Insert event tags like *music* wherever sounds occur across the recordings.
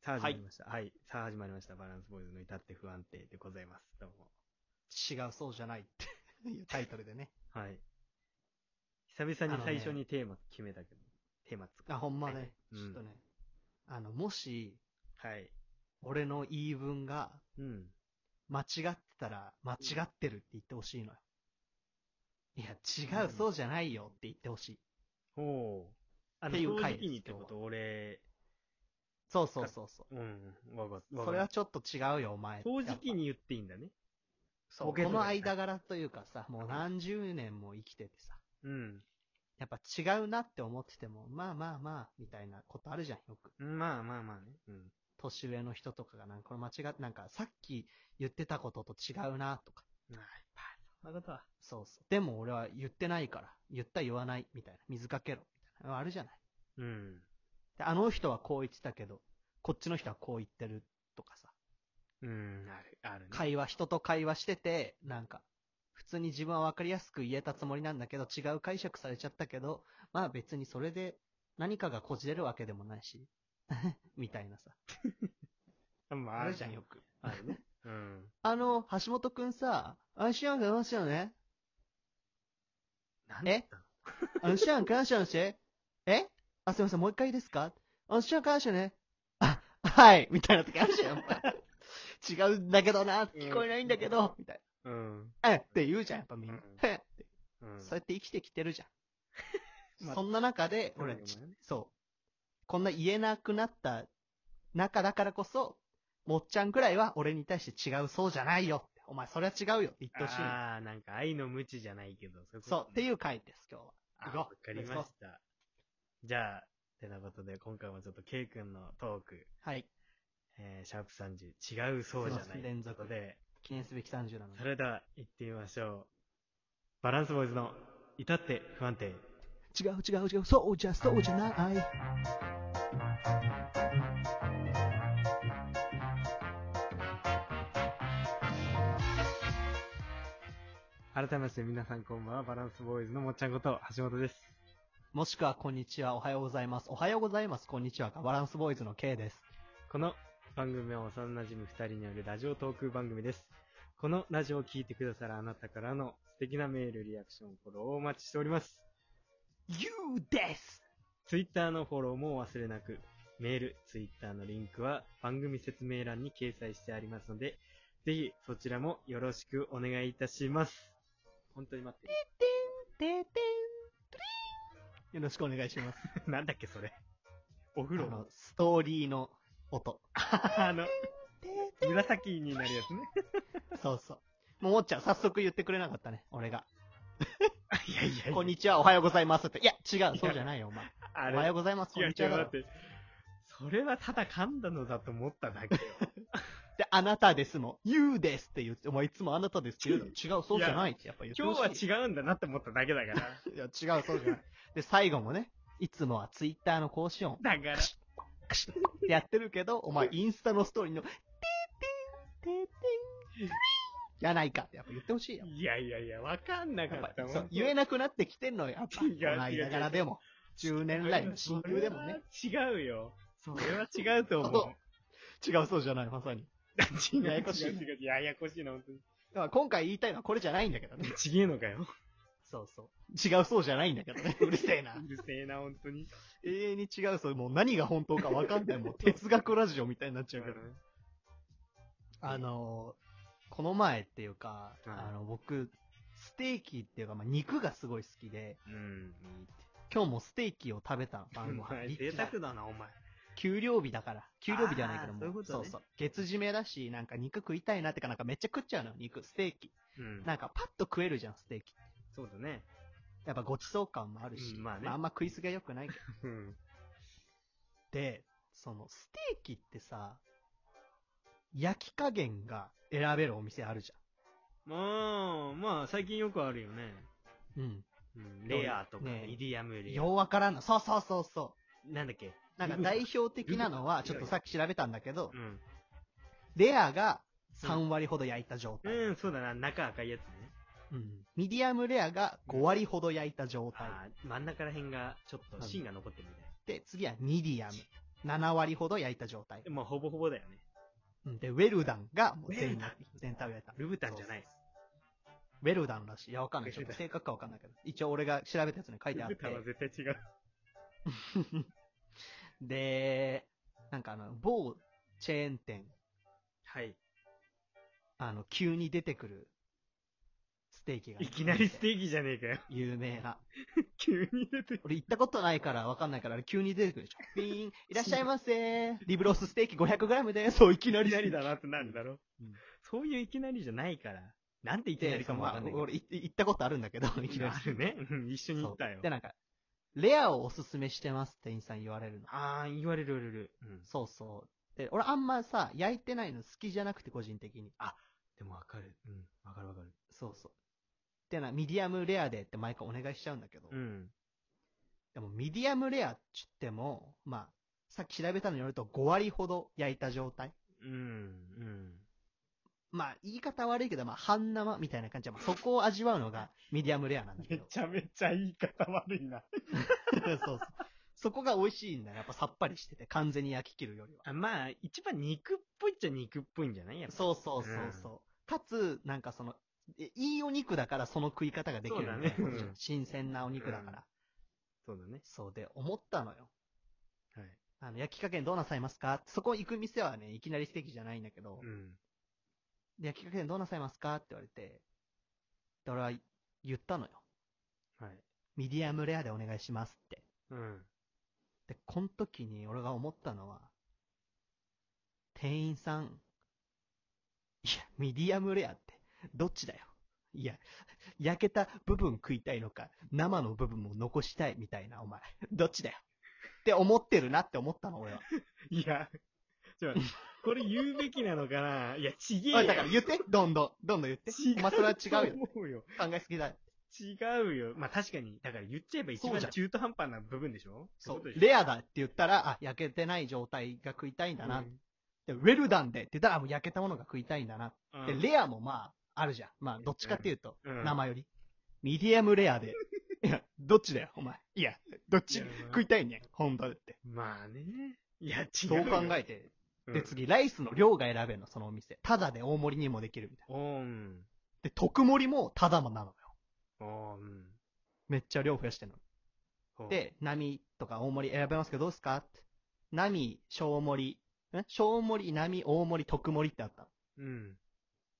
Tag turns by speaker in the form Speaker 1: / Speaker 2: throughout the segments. Speaker 1: さあ始まりました。はい。さあ始まりました。バランスボーイズの至って不安定でございます。どうも。
Speaker 2: 違う、そうじゃないっていうタイトル
Speaker 1: *laughs*
Speaker 2: でね。
Speaker 1: はい。久々に最初にテーマ決めたけど、テーマつく。
Speaker 2: あ、ほんまね。
Speaker 1: うん
Speaker 2: ちょっとね。あの、もし、
Speaker 1: はい。
Speaker 2: 俺の言い分が
Speaker 1: うん。
Speaker 2: 間違ってたら、間違ってるって言ってほしいのよ。いや、違う、
Speaker 1: うん
Speaker 2: そうじゃないよって言ってほしい。
Speaker 1: ほう。あの、
Speaker 2: っていう
Speaker 1: 正
Speaker 2: 回
Speaker 1: 直
Speaker 2: です
Speaker 1: にってこと、俺、
Speaker 2: そうそうそうそ
Speaker 1: うん、わか
Speaker 2: う。
Speaker 1: わ
Speaker 2: そ
Speaker 1: か
Speaker 2: れは
Speaker 1: る。
Speaker 2: ちょっと違うよ、お前。
Speaker 1: 正
Speaker 2: やっぱ
Speaker 1: 直に言っていいんだね。
Speaker 2: そう
Speaker 1: ボケと
Speaker 2: こ
Speaker 1: かじゃ
Speaker 2: の
Speaker 1: ない
Speaker 2: 間柄というかさ、もう何十年も生きててさ、
Speaker 1: うん。
Speaker 2: やっぱ違うなって思ってても、まあまあまあ、みたいなことあるじゃん、よく。
Speaker 1: まあまあまあね。うん。
Speaker 2: 年上の人とかがなんか、これ間違っなんかさっき言ってたことと違うなとか。
Speaker 1: まあ、いっぱいあるそんなことは。
Speaker 2: そうそう。でも俺は言ってないから、言った言わないみたいな。水かけろ。みたいな。あるじゃない。
Speaker 1: うん。
Speaker 2: であの人はこう言ってたけど、こっちの人はこう言ってるとかさ。
Speaker 1: うん、ある、あるね。
Speaker 2: 会話、人と会話してて、なんか、普通に自分は分かりやすく言えたつもりなんだけど、違う解釈されちゃったけど、まあ別にそれで何かがこじれるわけでもないし、 *laughs* みたいなさ。
Speaker 1: まあ、
Speaker 2: あるじゃん、よ。く。
Speaker 1: あるね。うん。
Speaker 2: あの、橋本くんさ、あんしあんかんしあんね。
Speaker 1: なんだったの
Speaker 2: あの、シャン感謝のして。えあ、すいません、もう一回いいですかあの、シャン感謝ね。あ、はい、みたいな時あるじゃん、やっぱ。違うんだけどな、聞こえないんだけど、みたい
Speaker 1: うん。
Speaker 2: な。えって言うじゃん、やっぱみん
Speaker 1: う
Speaker 2: な
Speaker 1: ん。
Speaker 2: えって
Speaker 1: うん。
Speaker 2: そうやって生きてきてるじゃ
Speaker 1: まあ
Speaker 2: ん。そんな中で、俺、
Speaker 1: そうだよね
Speaker 2: そう。こんな言えなくなった中だからこそ、もっちゃんくらいは俺に対して違うそうじゃないよって。お前、それは違うよって言ってほしいの。
Speaker 1: ああ、なんか愛の無知じゃないけど。そういうこと
Speaker 2: そう、っていう回です、今日は。
Speaker 1: あ
Speaker 2: 行こう
Speaker 1: わかりました。じゃあ、てなことで、今回もちょっと K 君のトーク、
Speaker 2: はい。
Speaker 1: えー、シャープ30、違うそうじゃ
Speaker 2: すい
Speaker 1: な
Speaker 2: ませ
Speaker 1: い。
Speaker 2: ん連続
Speaker 1: ということで、
Speaker 2: 記念すべき30なので
Speaker 1: そ。れでは行ってみましょう。バランスボーイズの、至って不安定。
Speaker 2: 違う違う違う、そうじゃ、そうじゃない。
Speaker 1: 改めまして皆さんこんばんは、バランスボーイズのもっちゃんこと、橋本です。
Speaker 2: もしくは、こんにちは、おはようございます。おはようございます、こんにちはが。バランスボーイズの K です。
Speaker 1: この番組は幼馴染み2人によるラジオトーク番組です。このラジオを聞いてくださるあなたからの素敵なメール、リアクション、フォローをお待ちしております。
Speaker 2: You です
Speaker 1: ツイッターのフォローもお忘れなく、メール、ツイッターのリンクは番組説明欄に掲載してありますので、ぜひそちらもよろしくお願いいたします。本当に待って
Speaker 2: ててん、よろしくお願いします。
Speaker 1: る。 *laughs* なんだっけそれ。お
Speaker 2: あ
Speaker 1: 風呂
Speaker 2: の
Speaker 1: の、、
Speaker 2: ストーリーの音。
Speaker 1: あの、紫になるやつね。
Speaker 2: そうそう。もう、もっちゃん、早速言ってくれなかったね、俺が。
Speaker 1: *laughs* いやいやいや、
Speaker 2: こんにちは、おはようございますって。いや、違う、そうじゃないよ、お前。
Speaker 1: あ
Speaker 2: おはよ
Speaker 1: れ
Speaker 2: う、ございます、
Speaker 1: い
Speaker 2: こん
Speaker 1: やい
Speaker 2: にちは
Speaker 1: や、
Speaker 2: だ
Speaker 1: だ
Speaker 2: ろ
Speaker 1: っ。て、それはただ噛んだのだと思っただ *laughs* けよ。
Speaker 2: で、あなたですもん、You ですって言って、お前いつもあなたですって言うのに違う、そうじゃないってやっぱ言って
Speaker 1: 今
Speaker 2: ほしい
Speaker 1: 日は違うんだなって思っただけだか
Speaker 2: いや、違う、そうじゃない。で、最後もね、いつもはツイッターの更新音っ
Speaker 1: *laughs* ら。だから、
Speaker 2: てやってるけど、お前インスタのストーリーの、てーてー、てーてー、じゃないかってやっぱ言ってほしいよ。
Speaker 1: いやいやいや、わかんなか
Speaker 2: やっ
Speaker 1: った
Speaker 2: ぱ
Speaker 1: もん。
Speaker 2: そう言えなくなってきてんのよ、やっぱ。こ
Speaker 1: 違う
Speaker 2: の間からでも、10年
Speaker 1: *laughs*
Speaker 2: 来の親友でもね。。
Speaker 1: 違うよ。それは違うと思う。
Speaker 2: 違う、そうじゃない、まさに。
Speaker 1: 違う
Speaker 2: ややこしい
Speaker 1: 違う違 *laughs* うややこしいな、本当に。
Speaker 2: だから今回言いたいのはこれじゃないんだけどね。
Speaker 1: ちげえのかよ。
Speaker 2: そうそう。違う、そうじゃないんだけどね。うるせえな
Speaker 1: う。るせえな、本当に。
Speaker 2: *laughs* 永遠に違う、そう。もう何が本当かわかんない。もう哲学ラジオみたいになっちゃうけど。あのーこの前っていうか、
Speaker 1: はい
Speaker 2: あの、僕、ステーキっていうか、まあ、肉がすごい好きで、
Speaker 1: うん。
Speaker 2: 今日もステーキを食
Speaker 1: *laughs*
Speaker 2: べたの、
Speaker 1: お
Speaker 2: 晩ご飯
Speaker 1: 前、
Speaker 2: リッ
Speaker 1: 贅
Speaker 2: チだ
Speaker 1: 沢だな、お前。
Speaker 2: 給料日だから。給料日じゃないけども。
Speaker 1: あーそういうことね
Speaker 2: そう月締めだし、なんか肉食いたいなってか、なんかめっちゃ食っちゃうのよ、肉、ステーキ。
Speaker 1: うん
Speaker 2: なんかパッと食えるじゃん、ステーキ。
Speaker 1: そうだね。
Speaker 2: やっぱごちそう感もあるし、
Speaker 1: うんまあね
Speaker 2: あ、んま食いすぎは良くないけ
Speaker 1: う
Speaker 2: ど。
Speaker 1: ん。
Speaker 2: で、その、ステーキってさ、焼き加減が選べるお店あるじ
Speaker 1: まあ、まあ、最近よくあるよね。
Speaker 2: ゃん。うん。
Speaker 1: うんレアとか、
Speaker 2: ねえ
Speaker 1: イディアムレア。
Speaker 2: ようわからんの。そうそうそうそう。
Speaker 1: なんだっけ
Speaker 2: なんか代表的なのは、ちょっとさっき調べたんだけど
Speaker 1: う、ん。
Speaker 2: レアが3割ほど焼いた状態。
Speaker 1: うん、そうだな。中赤いやつね。
Speaker 2: うんミディアムレアが5割ほど焼いた状態。
Speaker 1: ああ、真ん中ら辺が、ちょっと芯が残ってるみたいな。
Speaker 2: で、次はミディアム。 7割ほど焼いた状態。
Speaker 1: まあ、ほぼほぼだよね。
Speaker 2: うんで、ウェルダンがもう
Speaker 1: ウ
Speaker 2: 全
Speaker 1: ェル
Speaker 2: 員
Speaker 1: ダン、
Speaker 2: 全体を焼いた。
Speaker 1: ルブタンじゃない。
Speaker 2: ウェルダンらしい。いや、わかんない。
Speaker 1: ウェ
Speaker 2: ちょ
Speaker 1: ル
Speaker 2: っ
Speaker 1: ダ
Speaker 2: と
Speaker 1: ン
Speaker 2: 正確かわかんないけど。一応俺が調べたやつに書いて
Speaker 1: ル
Speaker 2: あっ
Speaker 1: ブタンは
Speaker 2: て。
Speaker 1: 絶対違う。
Speaker 2: で、なんかあの、某チェーン店、
Speaker 1: はい。
Speaker 2: あの、急に出てくるステーキが、
Speaker 1: いきなりステーキじゃねえかよ。 *laughs*
Speaker 2: 有名な。
Speaker 1: 急に出て。
Speaker 2: 俺行ったことないからわかんないから、あれ急に出てくる
Speaker 1: *laughs*
Speaker 2: でしょ。ピーン、いらっしゃいませリブロースステーキ 500g でそう、いきないり
Speaker 1: きなりだなってなるだろ。
Speaker 2: うん
Speaker 1: そういういきなりじゃないから。なんていきな
Speaker 2: で
Speaker 1: りかもわかんないけ
Speaker 2: まあ
Speaker 1: ど。
Speaker 2: 俺行って行ったことあるんだけど、いきなり
Speaker 1: あ。るね。うん一緒に行ったよ
Speaker 2: そう。で、なんか、レアをおすすめしてます、店員さん言われるの。
Speaker 1: あー、言われる言われる。うん。
Speaker 2: そうそう。で、俺あんまさ、焼いてないの好きじゃなくて、個人的に。
Speaker 1: でもわかる。うん。わかるわかる。
Speaker 2: そうそう。でな、ミディアムレアでって毎回お願いしちゃうんだけど、
Speaker 1: うん。
Speaker 2: でもミディアムレアって言っても、まあ、さっき調べたのによると5割ほど焼いた状態。
Speaker 1: うん。うん。
Speaker 2: まあ、言い方悪いけど、まあ、半生みたいな感じで、まあ、そこを味わうのがミディアムレアなんだけ
Speaker 1: め *laughs*
Speaker 2: ど。
Speaker 1: ちゃめちゃ言い方悪いな。
Speaker 2: そうそう。 *laughs* そこが美味しいんだよ。やっぱさっぱりしてて、完全に焼き切るよりは。
Speaker 1: あまあ、一番肉っぽいっちゃ肉っぽいんじゃないやっぱ
Speaker 2: そうそうそうそう。かつ、なんかその、えいいお肉だからその食い方ができるみたいなことじゃ
Speaker 1: そ
Speaker 2: ん
Speaker 1: うだねうん
Speaker 2: 新鮮なお肉だから。
Speaker 1: そうだね。
Speaker 2: そうで、思ったのよ。
Speaker 1: はい。
Speaker 2: あの、焼き加減どうなさいますかそこ行く店はね、いきなりステーキじゃないんだけど、
Speaker 1: うん。
Speaker 2: で焼き加減どうなさいますかって言われて、で、俺は言ったのよ。
Speaker 1: はい。
Speaker 2: ミディアムレアでお願いしますって。
Speaker 1: うん。
Speaker 2: で、この時に俺が思ったのは、店員さん、いや、ミディアムレアって、どっちだよ。いや、焼けた部分食いたいのか、生の部分も残したいみたいな、お前。どっちだよ。って思ってるなって思ったの、俺は。
Speaker 1: いや、ちょ、 *laughs* これ言うべきなのかないや、ちげえ
Speaker 2: お
Speaker 1: よ。
Speaker 2: いだから言って、どんどん、どんどん言って。
Speaker 1: 違う
Speaker 2: まあ、それは違うよ。
Speaker 1: と思うよ。
Speaker 2: 考えすぎだ。
Speaker 1: 違うよ。まあ、確かに。だから言っちゃえば一
Speaker 2: そう
Speaker 1: 番
Speaker 2: じゃん
Speaker 1: 中途半端な部分でしょ
Speaker 2: そう。
Speaker 1: レ
Speaker 2: レアだって言ったら、あ、焼けてない状態が食いたいんだな。
Speaker 1: うん
Speaker 2: で、ウェルダンでって言ったら、あもう焼けたものが食いたいんだな。
Speaker 1: ア
Speaker 2: で、レアもまあ、あるじゃん。まあ、どっちかっていうと、
Speaker 1: うん
Speaker 2: 生より。ミディアムレ
Speaker 1: *laughs*
Speaker 2: アで。いや、どっちだよ、お前。いや、どっ
Speaker 1: い
Speaker 2: ち
Speaker 1: やまあ
Speaker 2: 食いたいね、本当だって。
Speaker 1: まあね。いや、違う。
Speaker 2: そう考えて。
Speaker 1: うん、
Speaker 2: で、次、ライスの量が選べるの、そのお店。ただで大盛りにもできるみたいな。
Speaker 1: おーん。
Speaker 2: で、特盛りもただもなのよ。
Speaker 1: おーん。
Speaker 2: めっちゃ量増やしてんの。
Speaker 1: ほう、
Speaker 2: で、波とか大盛り選べますけどどうですかって。波、小盛り、ん小盛り、波、大盛り、特盛りってあったの。
Speaker 1: うん。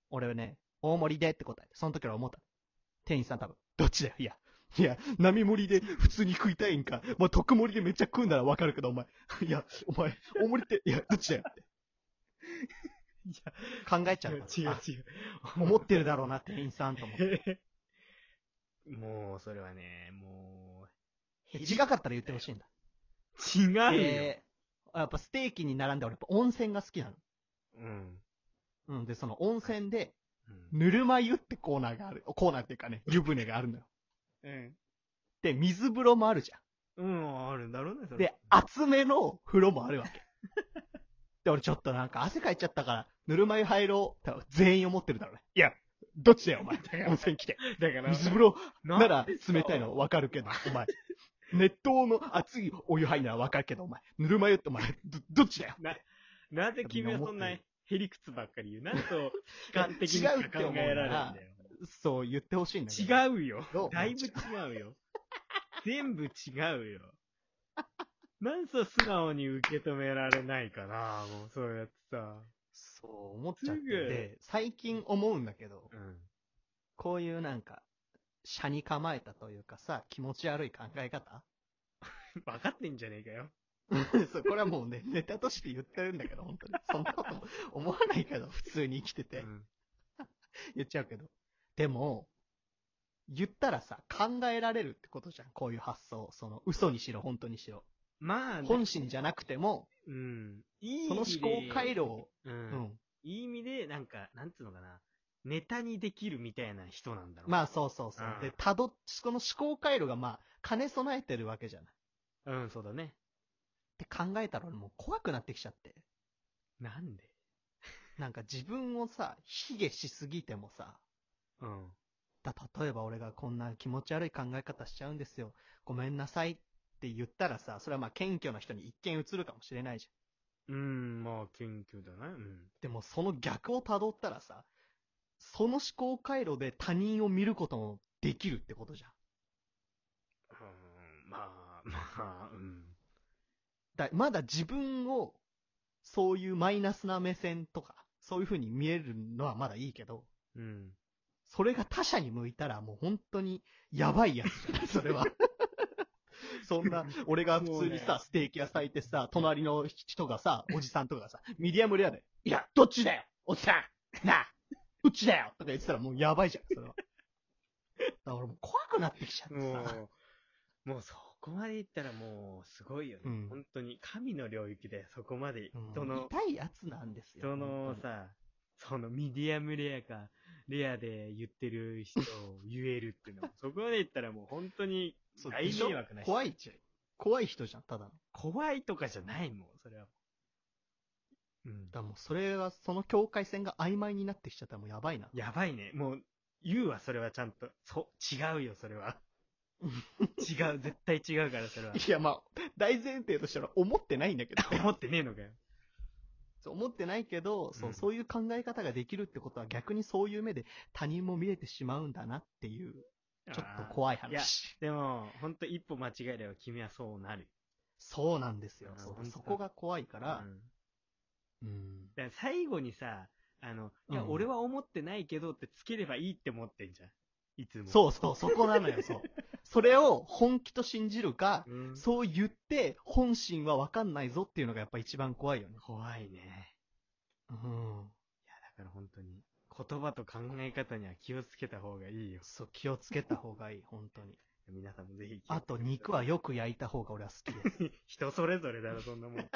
Speaker 2: 俺はね、大盛りでって答えて、その時俺思った。店員さん多分、どっちだよ、いや。いや、波盛りで普通に食いたいんか。まあ、特盛りでめっちゃ食うんならわかるけど、お前。いや、お前、大盛りって、いや、どっちだよって。
Speaker 1: *laughs* いや、
Speaker 2: 考えちゃ
Speaker 1: 違
Speaker 2: う
Speaker 1: う
Speaker 2: から。
Speaker 1: 違う
Speaker 2: あ
Speaker 1: *laughs* 違う。
Speaker 2: 思ってるだろうな、店員さんと思って。
Speaker 1: もう、それはね、も
Speaker 2: 違かったら言ってほしいんだ。
Speaker 1: う、違うよ。
Speaker 2: で、やっぱステーキに並んで俺、やっぱ温泉が好きなの。
Speaker 1: うん。
Speaker 2: うん、で、その温泉で、
Speaker 1: うん
Speaker 2: ぬるま湯ってコーナーがある。コーナーっていうかね、湯船があるのよ。
Speaker 1: うん。
Speaker 2: で、水風呂もあるじゃ
Speaker 1: うん、あるんだろうね、そ
Speaker 2: ん。
Speaker 1: れ。
Speaker 2: で、厚めの風呂もあるわけ。 *laughs* で、俺ちょっとなんか汗かいちゃったから、ぬるま湯入ろう。多分全員思ってるだろうね。いや、どっちだよ、お前。温泉来て。
Speaker 1: だから、
Speaker 2: 水風呂
Speaker 1: な
Speaker 2: なら冷たいのわかるけど、お前。熱湯の熱いお湯入るのはわかるけど、お前。ぬるま湯ってお前、ど、どっちだよ。
Speaker 1: なぜ君はそんなへりくつばっかり言うなんと、 *laughs* 悲観的に考
Speaker 2: 違うって思うな
Speaker 1: えられるん
Speaker 2: そう言ってほしいんだけ
Speaker 1: だよ。
Speaker 2: ど。
Speaker 1: 違うよ。
Speaker 2: どう
Speaker 1: だいぶ違うよ。全部違うよ。なんさ素直に受け止められないかな、もうそうやってさ。
Speaker 2: そう思っちゃっ
Speaker 1: す
Speaker 2: て。
Speaker 1: ぐ
Speaker 2: で、最近思うんだけど、
Speaker 1: うん。
Speaker 2: こういうなんか、車に構えたというかさ、気持ち悪い考え方
Speaker 1: 分かってんじゃねえかよ。
Speaker 2: *laughs* そうこれはもうね、ネタとして言ってるんだけど、本当に。そんなこと思わないけど、普通に生きてて
Speaker 1: う。ん
Speaker 2: 言っちゃうけど。でも、言ったらさ、考えられるってことじゃん。こういう発想。その、嘘にしろ、本当にしろ。
Speaker 1: まあ、ね、
Speaker 2: 本心じゃなくても、
Speaker 1: うん。いい
Speaker 2: その思考回
Speaker 1: 路。
Speaker 2: 路を、
Speaker 1: う。
Speaker 2: うんん。
Speaker 1: いい意味で、なんか、なんつうのかな。ネタにできるみたいな人なんだろう。
Speaker 2: まあそうそうそう
Speaker 1: う。ん
Speaker 2: で、たど、その思考回路がまあ、兼ね備えてるわけじゃない。
Speaker 1: あ。うん、そうだね。
Speaker 2: って考えたら俺もう怖くなってきちゃって。
Speaker 1: なんで
Speaker 2: なんか自分をさ、卑下しすぎてもさ、
Speaker 1: うん。
Speaker 2: だ例えば俺がこんな気持ち悪い考え方しちゃうんですよ。ごめんなさいっって言ったらさ、それはまあ謙虚な人に一見映るかもしれないじゃん。
Speaker 1: うん、まあ、謙虚だね。うん。
Speaker 2: でもその逆を辿ったらさ、その思考回路で他人を見ることもできるってことじゃん。
Speaker 1: うんまあ、 *laughs* まあ、うん。
Speaker 2: だまだ自分を、そういうマイナスな目線とか、そういう風に見えるのはまだいいけど、
Speaker 1: うん。
Speaker 2: それが他者に向いたらもう本当にやばいやつじゃない、そ
Speaker 1: *laughs*
Speaker 2: れは。そんな、俺が普通に
Speaker 1: そう
Speaker 2: さ、
Speaker 1: ね
Speaker 2: ステーキ屋さん行ってさ、隣の人が
Speaker 1: *laughs*
Speaker 2: さ、おじさんとかがさ、ミディアムレアで、いや、どっちだよおじさんなあどっちだよとか言ってたらもうやばいじゃん、それ
Speaker 1: *laughs*
Speaker 2: は。だから俺もう怖くなってきちゃって
Speaker 1: も
Speaker 2: さ。 *laughs*
Speaker 1: う、もうそこまでいったらもうすごいよね。
Speaker 2: うん
Speaker 1: 本当に神の領域でそこまで
Speaker 2: うん
Speaker 1: 人の、
Speaker 2: 痛いやつなんですよ。
Speaker 1: 人の
Speaker 2: 本当に
Speaker 1: さ、そのミディアムレアか、レアで言ってる人を言えるって
Speaker 2: *laughs*
Speaker 1: いうのは、そこまでいったらもう本当に
Speaker 2: そう
Speaker 1: 大
Speaker 2: でしょ
Speaker 1: 迷惑な人。
Speaker 2: 怖いじゃん。怖い人じゃん、ただの。
Speaker 1: 怖いとかじゃないもん、それは。うん
Speaker 2: だ。からもうそれが、その境界線が曖昧になってきちゃったらもうやばいな。
Speaker 1: やばいね。もう、言うわ、それはちゃんと。そ、違うよ、それ
Speaker 2: *laughs*
Speaker 1: は。違う、絶対違うから、それは。
Speaker 2: いや、まあ、大前提としては思ってないんだけど。
Speaker 1: *laughs* 思ってねえのかよ。
Speaker 2: そう思ってないけど、そうう、
Speaker 1: ん
Speaker 2: そういう考え方ができるってことは逆にそういう目で他人も見れてしまうんだなっていう、 *laughs* ちょっと怖い
Speaker 1: いや
Speaker 2: 話。
Speaker 1: でも、ほんと一歩間違えれば君はそうなる。
Speaker 2: そうなんですよ
Speaker 1: あ。ー
Speaker 2: そ
Speaker 1: 本当
Speaker 2: う
Speaker 1: だ
Speaker 2: そこが怖いか
Speaker 1: う
Speaker 2: ら、
Speaker 1: ん
Speaker 2: うん。
Speaker 1: だから最後にさ、あの、いや、
Speaker 2: うん
Speaker 1: 俺は思ってないけどってつければいいって思ってんじゃん。いつも。
Speaker 2: そうそう、そこなのよ、そう。それを本気と信じるか、
Speaker 1: うん。
Speaker 2: そう言って本心はわかんないぞっていうのがやっぱ一番怖いよね。
Speaker 1: 怖いね。いや、
Speaker 2: うん。
Speaker 1: だから本当に、言葉と考え方には気をつけた方がいいよ。
Speaker 2: そう、気をつけた方がいい、本当に。
Speaker 1: 皆さんもぜひ気をつけてください。
Speaker 2: あと、肉はよく焼いた方が俺は好きです。
Speaker 1: 人それぞれだろ、そんなもん。